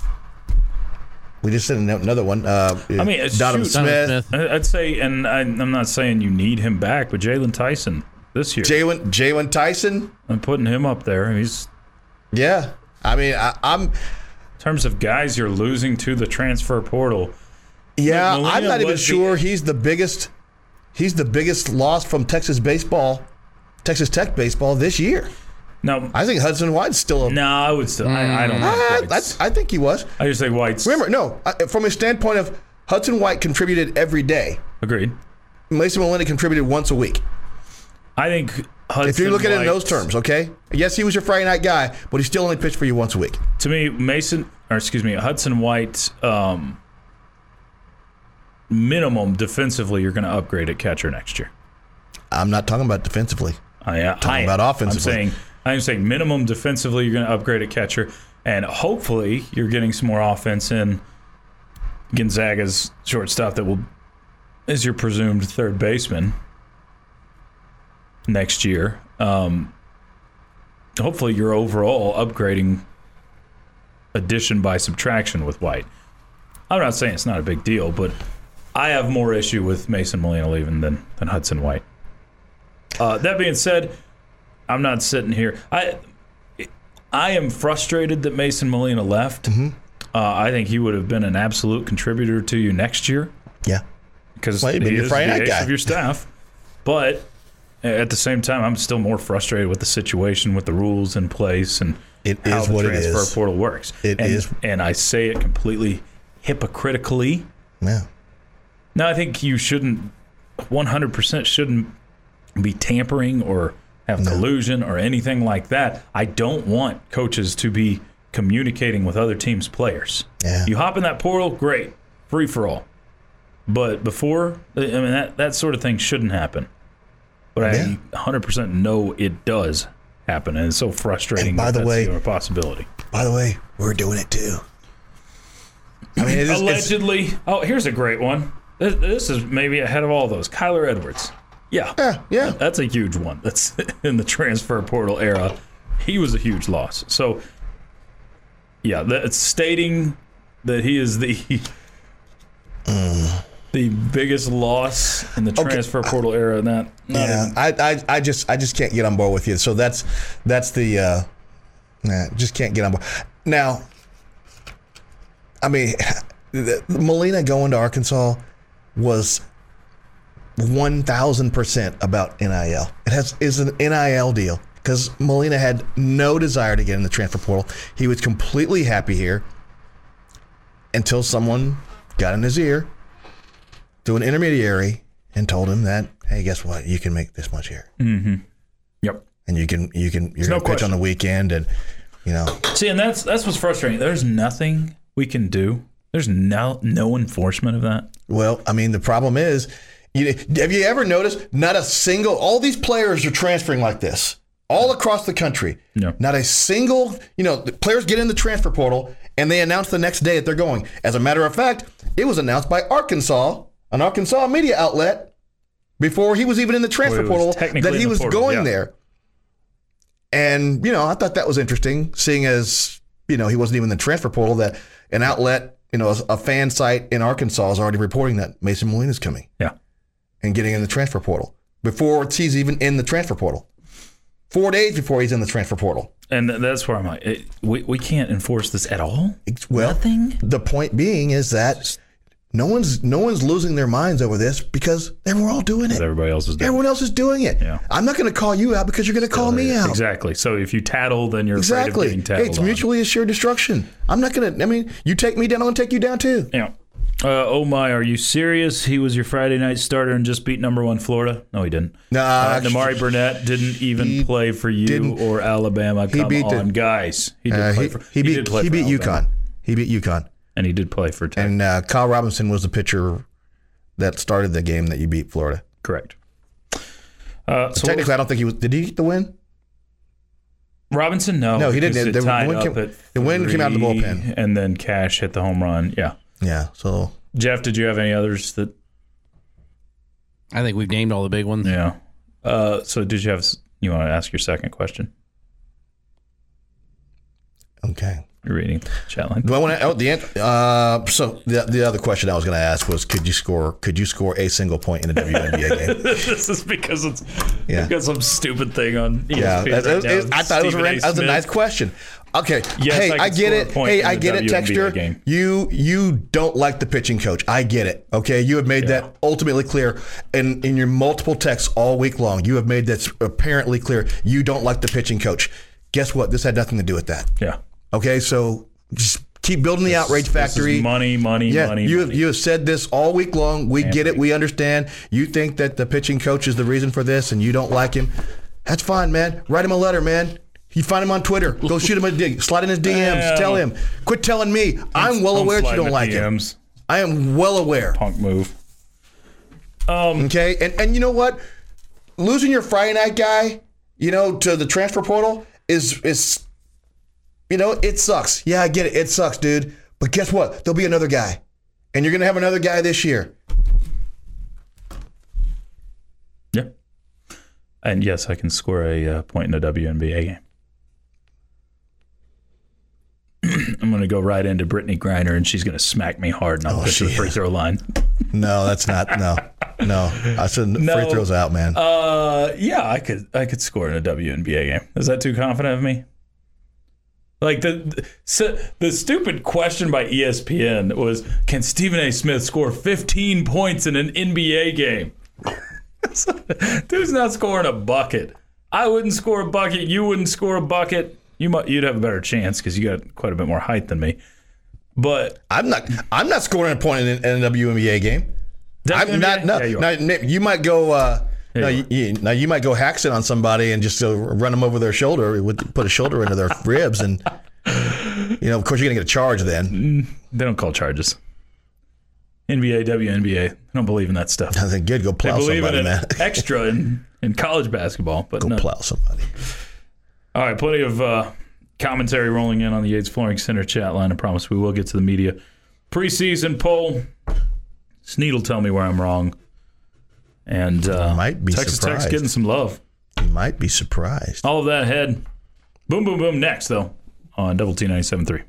we just did another one. Uh, I mean, it's- Donovan shoot, Smith, Donovan Smith. I- I'd say, and I, I'm not saying you need him back, but Jalen Tyson this year. Jalen Jalen Tyson. I'm putting him up there. He's Yeah, I mean, I, I'm. in terms of guys you're losing to the transfer portal. Yeah, Molina I'm not even was the- sure he's the biggest. He's the biggest loss from Texas baseball, Texas Tech baseball this year. No, I think Hudson White's still a. no, I would still. I, I don't. I, Think White's- Hmm. I, I think he was. I just think White's Remember, no, I, from a standpoint of Hudson White contributed every day. agreed. Mason Molina contributed once a week. I think Hudson. If you're looking at it in those liked- terms, okay? Yes, he was your Friday night guy, but he still only pitched for you once a week. to me, Mason or excuse me, Hudson White. Um, minimum defensively, you're going to upgrade at catcher next year. I'm not talking about defensively. I, uh, Talking I am. about offensively. I'm saying I'm saying minimum defensively, you're going to upgrade at catcher, and hopefully you're getting some more offense in Gonzaga's shortstop that will is your presumed third baseman next year. Um, hopefully you're overall upgrading addition by subtraction with White. I'm not saying it's not a big deal, but I have more issue with Mason Molina leaving than than Hudson White. Uh, that being said, I'm not sitting here. I I am frustrated that Mason Molina left. Mm-hmm. Uh, I think he would have been an absolute contributor to you next year Yeah. because Well, he'd been he your is Friday the night ace guy. of your staff. But at the same time, I'm still more frustrated with the situation, with the rules in place, and It how is the what it transfer is. portal works. It and, is- and I say it completely hypocritically. Yeah. No, I think you shouldn't. One hundred percent shouldn't be tampering or have collusion or anything like that. I don't want coaches to be communicating with other teams' players. Yeah. You hop in that portal, great, free for all. But before, I mean, that that sort of thing shouldn't happen. But Yeah. I hundred percent know it does happen, and it's so frustrating. And by that the that's way- even a possibility. By the way, we're doing it too. I mean, it's, it's, Allegedly, oh, here's a great one. This, this is maybe ahead of all those. Kyler Edwards. Yeah. yeah, yeah. That's a huge one. That's in the transfer portal era. He was a huge loss. So, yeah, that, stating that he is the the biggest loss in the transfer portal era. That not yeah, even- I, I, I just, I just can't get on board with you. So that's, that's the, uh, nah, just can't get on board. Now, I mean, the- the Molina going to Arkansas was one thousand percent about NIL. It has is an NIL deal because Molina had no desire to get in the transfer portal. He was completely happy here until someone got in his ear through an intermediary and told him that, hey, guess what? You can make this much here, Yep. and you can you can you're no gonna pitch question. on the weekend, and you know, See, and that's that's what's frustrating. There's nothing we can do. There's no no enforcement of that. well, I mean, the problem is, you have you ever noticed not a single all these players are transferring like this all across the country. No. Not a single, you know, the players get in the transfer portal and they announce the next day that they're going. As a matter of fact, it was announced by Arkansas, an Arkansas media outlet, before he was even in the transfer Well, it was portal, technically that in he the was portal, going yeah. there. And, you know, I thought that was interesting, seeing as, you know, he wasn't even in the transfer portal, that an outlet, you know, a fan site in Arkansas is already reporting that Mason Molina's coming Yeah. and getting in the transfer portal before he's even in the transfer portal. Four days before he's in the transfer portal. And th- that's where I'm like, it, we, we can't enforce this at all. It's- Well, Nothing? the point being is that no one's no one's losing their minds over this because they were all doing it. Everybody else is doing. Everyone else is doing it. Yeah. I'm not going to call you out because you're going to call me out. Exactly. So if you tattle, then you're Exactly. afraid of getting Hey, tattled. it's on. mutually assured destruction. I'm not going to. I mean, you take me down, I'm going to take you down too. Yeah. Uh, oh my, are you serious? He was your Friday night starter and just beat number one Florida. No, he didn't. Nah, uh, actually, Namari Burnett didn't he even play for you didn't. or Alabama. He Come beat the- on, guys. He did Uh, play he, for. he did beat play he for beat Alabama. UConn. He beat UConn, and he did play for Tech. and uh, Kyle Robinson was the pitcher that started the game that you beat Florida. Correct. Uh, so Technically, I don't think he was. Did he get the win? Robinson, no, No, he didn't. because it The tied win up came- at the win came out of the three, bullpen. and then Cash hit the home run. Yeah, Yeah. So Jeff, did you have any others that? I think we've named all the big ones. Yeah. Uh, so did you have? s- You want to ask your second question? okay. You're reading the chat line. Do I want to? Oh, the answer. Uh, so the, the other question I was going to ask was, could you score? Could you score a single point in a WNBA game? this is because it's Yeah. I've got some stupid thing on E ESPN. Yeah, right that- that- now. I thought it was a, Stephen ran- that was a Smith. nice question. Okay. Yes, hey, I I, could get score a it. point Hey, in I the get it, WNBA Texture. game. You you don't like the pitching coach. I get it. Okay, you have made that ultimately clear, in in your multiple texts all week long, you have made that apparently clear. You don't like the pitching coach. Guess what? This had nothing to do with that. Yeah, Okay, so just Keep building the outrage This is factory. money, money, yeah, money. you have, money. you have said this all week long. We And get it. We understand. You think that the pitching coach is the reason for this, and you don't like him. That's fine, man. Write him a letter, man. You find him on Twitter. Go shoot him a dig. Slide in his DMs. Well. Tell him. Quit telling me. I'm well aware that you sliding don't at like him. DMs. I am well aware. Punk move. Okay, and and you know what? Losing your Friday night guy, you know, to the transfer portal is is, you know, it sucks. Yeah, I get it. It sucks, dude. But guess what? There'll be another guy, and you're gonna have another guy this year. Yeah. And yes, I can score a uh, point in a WNBA game. I'm going to go right into Brittany Griner, and she's going to smack me hard, and I'll push to the she- free throw line. No, that's not. No, no. I said No. free throws out, man. Uh, yeah, I could I could score in a WNBA game. Is that too confident of me? Like the the, so the stupid question by E ESPN was, can Stephen A. Smith score 15 points in an NBA game? Dude's not scoring a bucket. I wouldn't score a bucket. You wouldn't score a bucket. You might you'd have a better chance because you got quite a bit more height than me. But I'm not. I'm not scoring a point in, in a WNBA game. I'm not. WNBA? No, Yeah, you are. no, Nick, you might go. Uh, Yeah, no, you you, you, now you might go hacks it on somebody and just uh, run them over their shoulder, with, put a shoulder into their ribs, and you know, of course, you're gonna get a charge then. They don't call charges. NBA, WNBA. I don't believe in that stuff. I think good. Go They plow believe somebody, in man. an extra in, in college basketball, but go no. plow somebody. All right, plenty of uh, commentary rolling in on the Yates Flooring Center chat line. I promise we will get to the media. Preseason poll. Sneed will tell me where I'm wrong. And uh, might be Texas Tech's surprised. getting some love. You might be surprised. All of that ahead. Boom, boom, boom. Next, though, on Double T 97.3.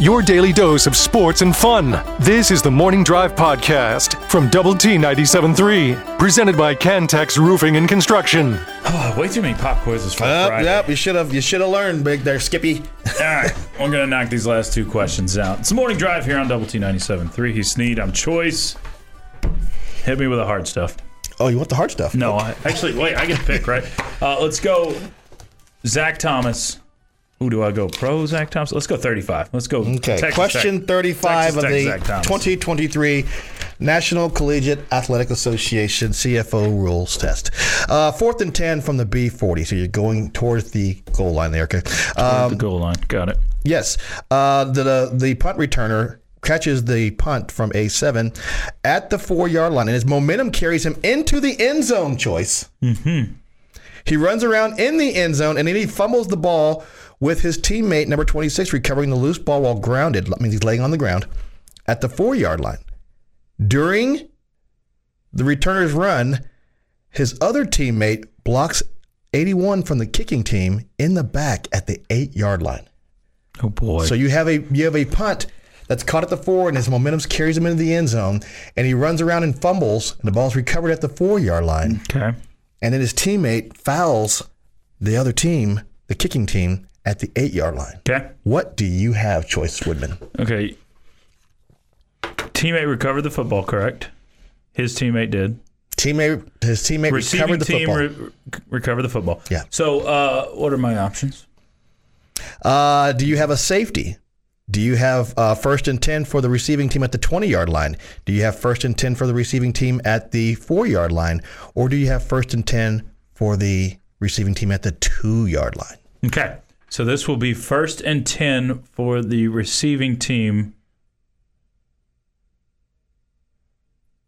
Your daily dose of sports and fun. This is the Morning Drive Podcast from Double T 97.3, presented by Cantex Roofing and Construction. Oh, way too many pop quizzes for a Friday. You should have. You should have learned, big there, Skippy. All right, I'm going to knock these last two questions out. It's morning drive here on Double T 97.3. He's Sneed. I'm Choice. Hit me with the hard stuff. Oh, you want the hard stuff? No, I, actually, wait, I get to pick, right? Uh, let's go Zach Thomas. Who do I go? Pro Zach Thomas? Let's go 35. Let's go. Okay. Texas Question Tech. 35 Texas of Tech the Zach Thomas. 2023 National Collegiate Athletic Association CFO rules test. Uh, fourth and 10 from the B40. So you're going towards the goal line there, okay? Um, The goal line. Got it. Yes. Uh, the, the the punt returner catches the punt from a seven at the four yard line, and his momentum carries him into the end zone. Choice. Mm-hmm. He runs around in the end zone, and then he fumbles the ball with his teammate number twenty six recovering the loose ball while grounded. That means he's laying on the ground at the four yard line. During the returner's run, his other teammate blocks. 81 from the kicking team in the back at the eight yard line. Oh, boy. So you have a you have a punt that's caught at the four, and his momentum carries him into the end zone, and he runs around and fumbles, and the ball's recovered at the four yard line, okay. and then his teammate fouls the other team, the kicking team, at the eight yard line. Okay. What do you have, Choice Woodman? Okay. Teammate recovered the football, correct? His teammate did. Teammate, his teammate Receiving recovered the team football. re- rec- recover the football. Yeah. So, uh, what are my options? Uh, do you have a safety? Do you have uh, first and 10 for the receiving team at the 20 yard line? Do you have first and 10 for the receiving team at the four yard line? Or do you have first and 10 for the receiving team at the two yard line? Okay. So this will be first and ten for the receiving team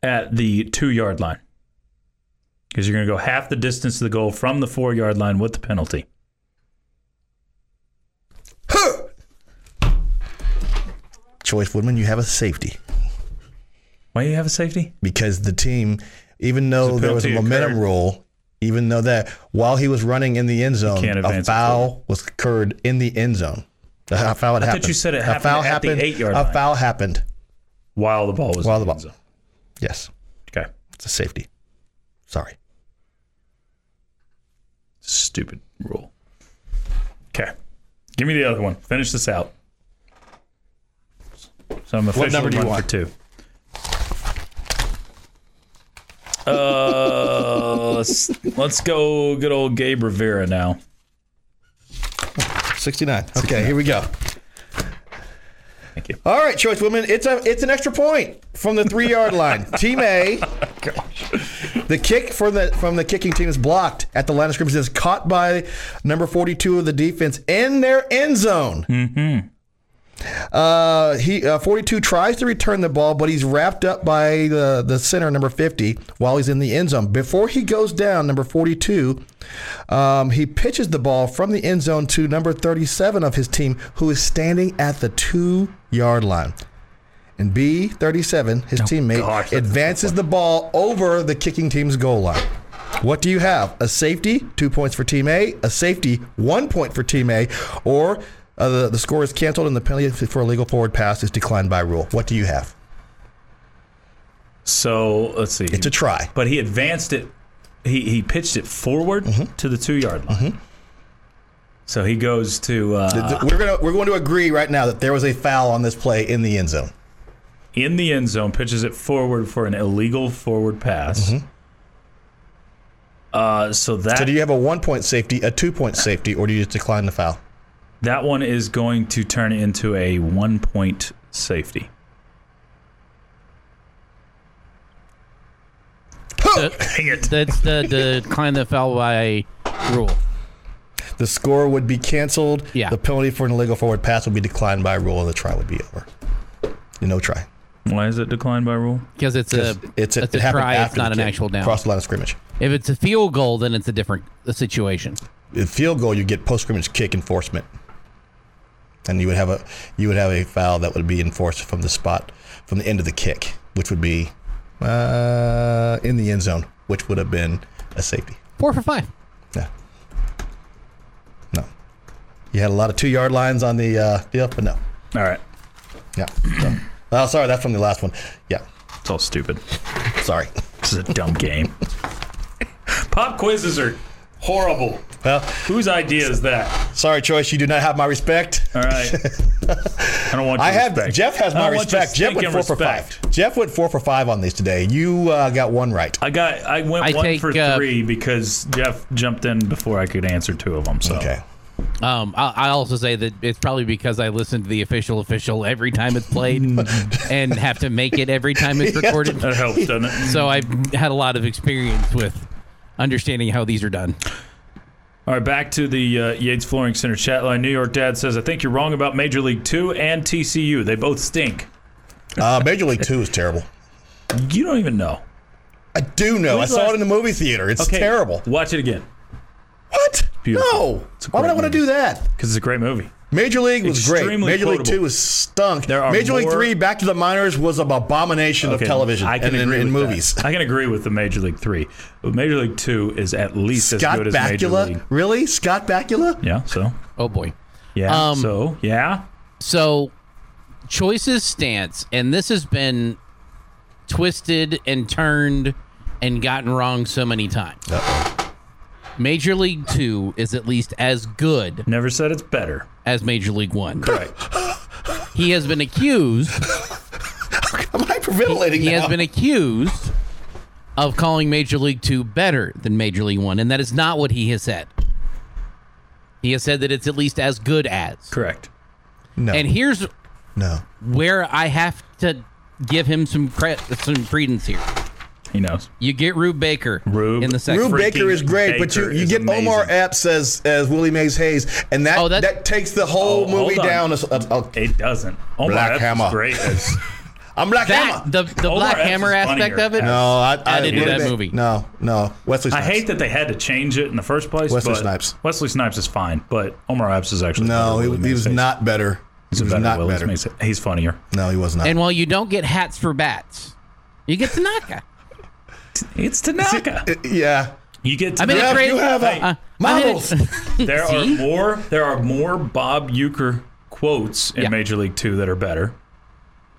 at the two yard line. Because you're going to go half the distance to the goal from the four yard line with the penalty. Choice Woodman, you have a safety Why do you have a safety? because the team, even though There's a there was a penalty momentum occurred. rule, even though that while he was running in the end zone, can't a advance the foul was occurred in the end zone. A foul had I thought happened. you said it a happened foul at the happened. eight-yard A line. foul happened. While the ball was While in the ball- end zone. Yes, Okay. it's a safety. Sorry. Stupid rule. Okay. Give me the other one. Finish this out. So I'm officially number do you one want? for two. Uh, let's, let's go good old Gabe Rivera now. 69. Okay, here we go. Thank you. All right, choice women. It's a it's an extra point from the three yard line. Team A. The kick from the from the kicking team is blocked at the line of scrimmage. Is caught by number forty two of the defense in their end zone. Mm-hmm. Uh, he uh, forty two tries to return the ball, but he's wrapped up by the the center number fifty while he's in the end zone. Before he goes down, number forty two, um, he pitches the ball from the end zone to number thirty seven of his team, who is standing at the two yard line. And B thirty seven, his teammate Oh, gosh, that's a advances the ball over the kicking team's goal line. What do you have? A safety, two points for team A. A safety, one point for team A. Or uh, the, the score is canceled and the penalty for illegal forward pass is declined by rule. What do you have? So let's see. It's a try. But he advanced it. He he pitched it forward Mm-hmm. to the two yard line. So he goes to Th- uh, th- we're gonna we're going to agree right now that there was a foul on this play in the end zone. in the end zone, pitches it forward for an illegal forward pass. Mm-hmm. Uh, so that So do you have a one point safety, a two point safety, or do you just decline the foul? that one is going to turn into a one point safety. Dang it! That's the the decline the foul by rule. The score would be canceled. Yeah. The penalty for an illegal forward pass would be declined by rule, and the try would be over. No try. Why is it declined by rule? Because it's a it's a, it it's a happened try. after It's not the kick, an actual down. Across the line of scrimmage. If it's a field goal, then it's a different uh, situation. In field goal, you get post scrimmage kick enforcement, and you would have a you would have a foul that would be enforced from the spot from the end of the kick, which would be uh, in the end zone, which would have been a safety. Four for five. Yeah. No. You had a lot of two yard lines on the uh, deal, but no. All right, Yeah. So- oh, sorry, that's from the last one. Yeah. it's all stupid. Sorry. This is a dumb game. Pop quizzes are horrible. Well, Whose idea is that? sorry, choice. You do not have my respect. All right. I don't want. Your I have respect. Jeff has I my don't want your respect. Jeff went stinking four for respect. five. Jeff went four for five on these today. You uh, got one right. I got. I went I one take, for uh, three because Jeff jumped in before I could answer two of them. So Okay. Um, I, I also say that it's probably because I listen to the official official every time it's played, and have to make it every time it's recorded. that helps, doesn't it? So I've had a lot of experience with understanding how these are done. All right, back to the uh, Yates Flooring Center chat line. New York Dad says, "I think you're wrong about Major League Two and TCU. They both stink. Uh, Major League Two is terrible. You don't even know. I do know. I When's saw last- it in the movie theater. It's Okay, terrible. Watch it again What? Beautiful. No. It's a Why would great I want to movie. do that? because it's a great movie. Major League was great. Extremely Major League quotable. Two was stunk. There are Major League more- Three, Back to the Minors, was an abomination Okay, of television I can and in, agree in with that. movies. I can agree with the Major League Three. But Major League Two is at least as Scott good as Major League. Bakula, really? Scott Bakula? Yeah. So Oh boy. yeah. Um, so yeah. So, choices stance, and this has been twisted and turned and gotten wrong so many times. Major League Two is at least as good Never said it's better. as Major League One. Correct. He has been accused. I'm hyperventilating He now. has been accused of calling Major League Two better than Major League One, and that is not what he has said. He has said that it's at least as good as. Correct. no, And here's no. where I have to give him some cre- some credence here. He knows. You get Rube Baker Rube- in the second. Rube Freaking Baker is great, but you, Baker you is get amazing. Omar Epps as as Willie Mays Hayes, and that Oh, that's- that takes the whole Oh, hold movie on. down. as- uh, uh, It doesn't. Omar Black Epps Hammer. is great. as- I'm Black That Hammer. the the Omar Black Epps Hammer is aspect funnier. of it. no, I, I I didn't do Willie that May- movie. No, no, Wesley. I Snipes. hate that they had to change it in the first place. Wesley but Snipes. Wesley Snipes is fine, but Omar Epps is actually No, better than he, Willie he Mays was Hayes. not better. He's he a was better not Willie better. Mays. He's funnier. No, he was not. And while you don't get hats for bats, you get Tanaka. It's Tanaka. Uh, yeah, You get. I mean, Tanaka. it's great. you have a- Uh, I mean, models. it's- there are See? more. There are more Bob Euchre quotes in Yeah. Major League Two that are better.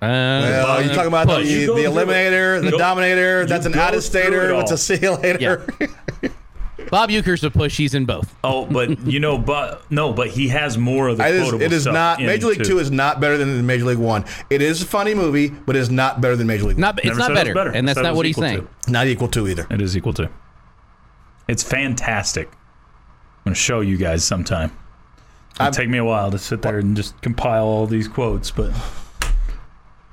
Uh, Well, you're talking about but the, you go the through it. Eliminator, the Nope. Dominator. You That's an go out of through stater. it It's all. a see you later. Bob Euchre's a push. He's in both. Oh, but you know, but no, but he has more of the. It is, quotable it is stuff not in Major League Two is not better than Major League One. It is a funny movie, but it's not better than Major League. Not, it's Never not said it was better, and that's Said it not was what he's equal saying. One. not equal to either. to. It is equal to. It's fantastic. I'm gonna show you guys sometime. It'll I'm- take me a while to sit there and just compile all these quotes, but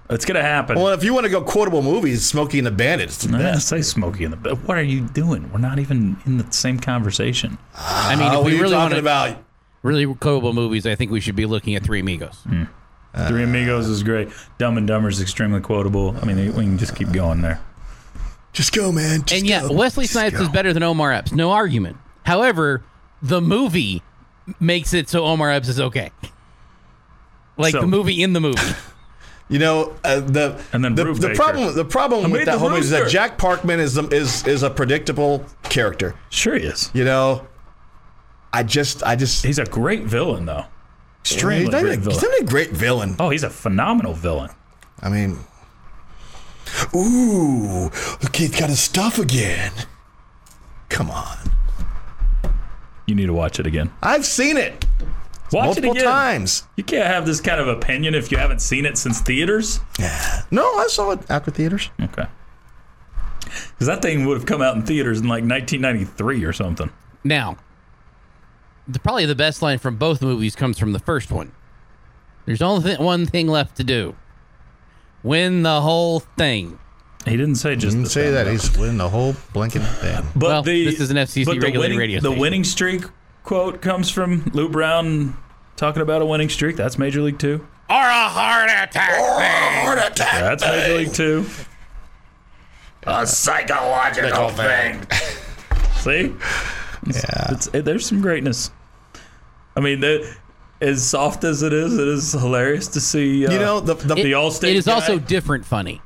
It's gonna happen. Well, if you want to go quotable movies, Smokey and the Bandit is the I didn't best. say Smokey and the Bandit. What are you doing? We're not even in the same conversation. I Uh, mean, if what are we you really want talking to about? really quotable movies, I think we should be looking at Three Amigos. Hmm. Uh, Three Amigos is great. Dumb and Dumber is extremely quotable. I mean, we can just keep going there. Just go, man. Just and yeah, go. Wesley Just Snipes go. is better than Omar Epps. No argument. However, the movie makes it so Omar Epps is okay. Like So- the movie in the movie. You know uh, the And then the, Rube the Baker. problem the problem I with made that the whole movie is that rooster. Jack Parkman is the, is is a predictable character. Sure he is. You know, I just I just He's a great villain, though. Extremely he's not, great even a, villain. he's not even a great villain. Oh, he's a phenomenal villain. I mean, ooh, look, he's got his stuff again. Come on, You need to watch it again. I've seen it Watch multiple it again. times. You can't have this kind of opinion if you haven't seen it since theaters. No, I saw it after theaters. Okay. Because that thing would have come out in theaters in like 1993 or something. Now, the, probably the best line from both movies comes from the first one. There's only th- one thing left to do win the whole thing. He didn't say just the thing, though. he's winning the whole blinking thing. But Well, the, this is an FCC but the regulated winning, radio The station. winning streak quote comes from Lou Brown talking about a winning streak. That's Major League Two. Or a heart attack. Heart attack. That's Major League Two. A psychological thing. See, Yeah. it's, it, there's some greatness. I mean, the, as soft as it is, it is hilarious to see. Uh, You know the the, the all It is also different funny.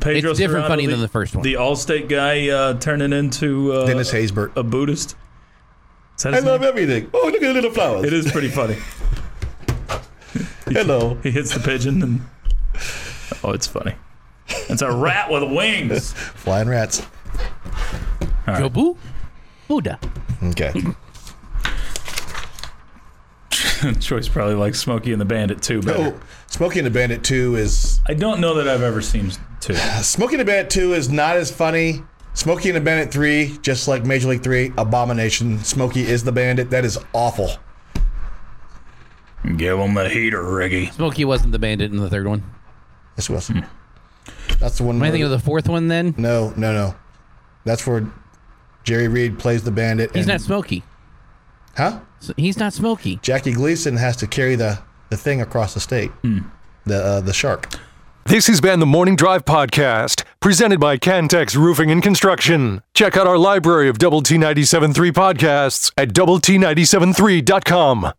Pedro it's different Serrano, funny than the first one. The Allstate guy uh, turning into uh, Dennis Haysbert. a Buddhist. Is that I his love name? everything. Oh, look at the little flowers. It is pretty funny. Hello. He hits the pigeon and oh, it's funny. It's a rat with wings. Flying rats. Jobu? Buddha. Okay. Choice probably likes Smokey and the Bandit too, but oh, Smoking the Bandit 2 is I don't know that I've ever seen two. Smoking the Bandit 2 is not as funny. Smoking the Bandit 3, just like Major League 3, Abomination. Smokey is the bandit. That is awful. Give him the heater, Riggy. Smokey wasn't the bandit in the third one. That's Hmm. Wilson. That's the one. Am I thinking where- of the fourth one then? no, no, no. That's where Jerry Reed plays the bandit. He's not and, Smokey. Huh? So- He's not Smokey. Jackie Gleason has to carry the, the thing across the state. Hmm. The uh, the shark. This has been the Morning Drive Podcast, presented by Cantex Roofing and Construction. Check out our library of Double T97.3 podcasts at double T97.3.com.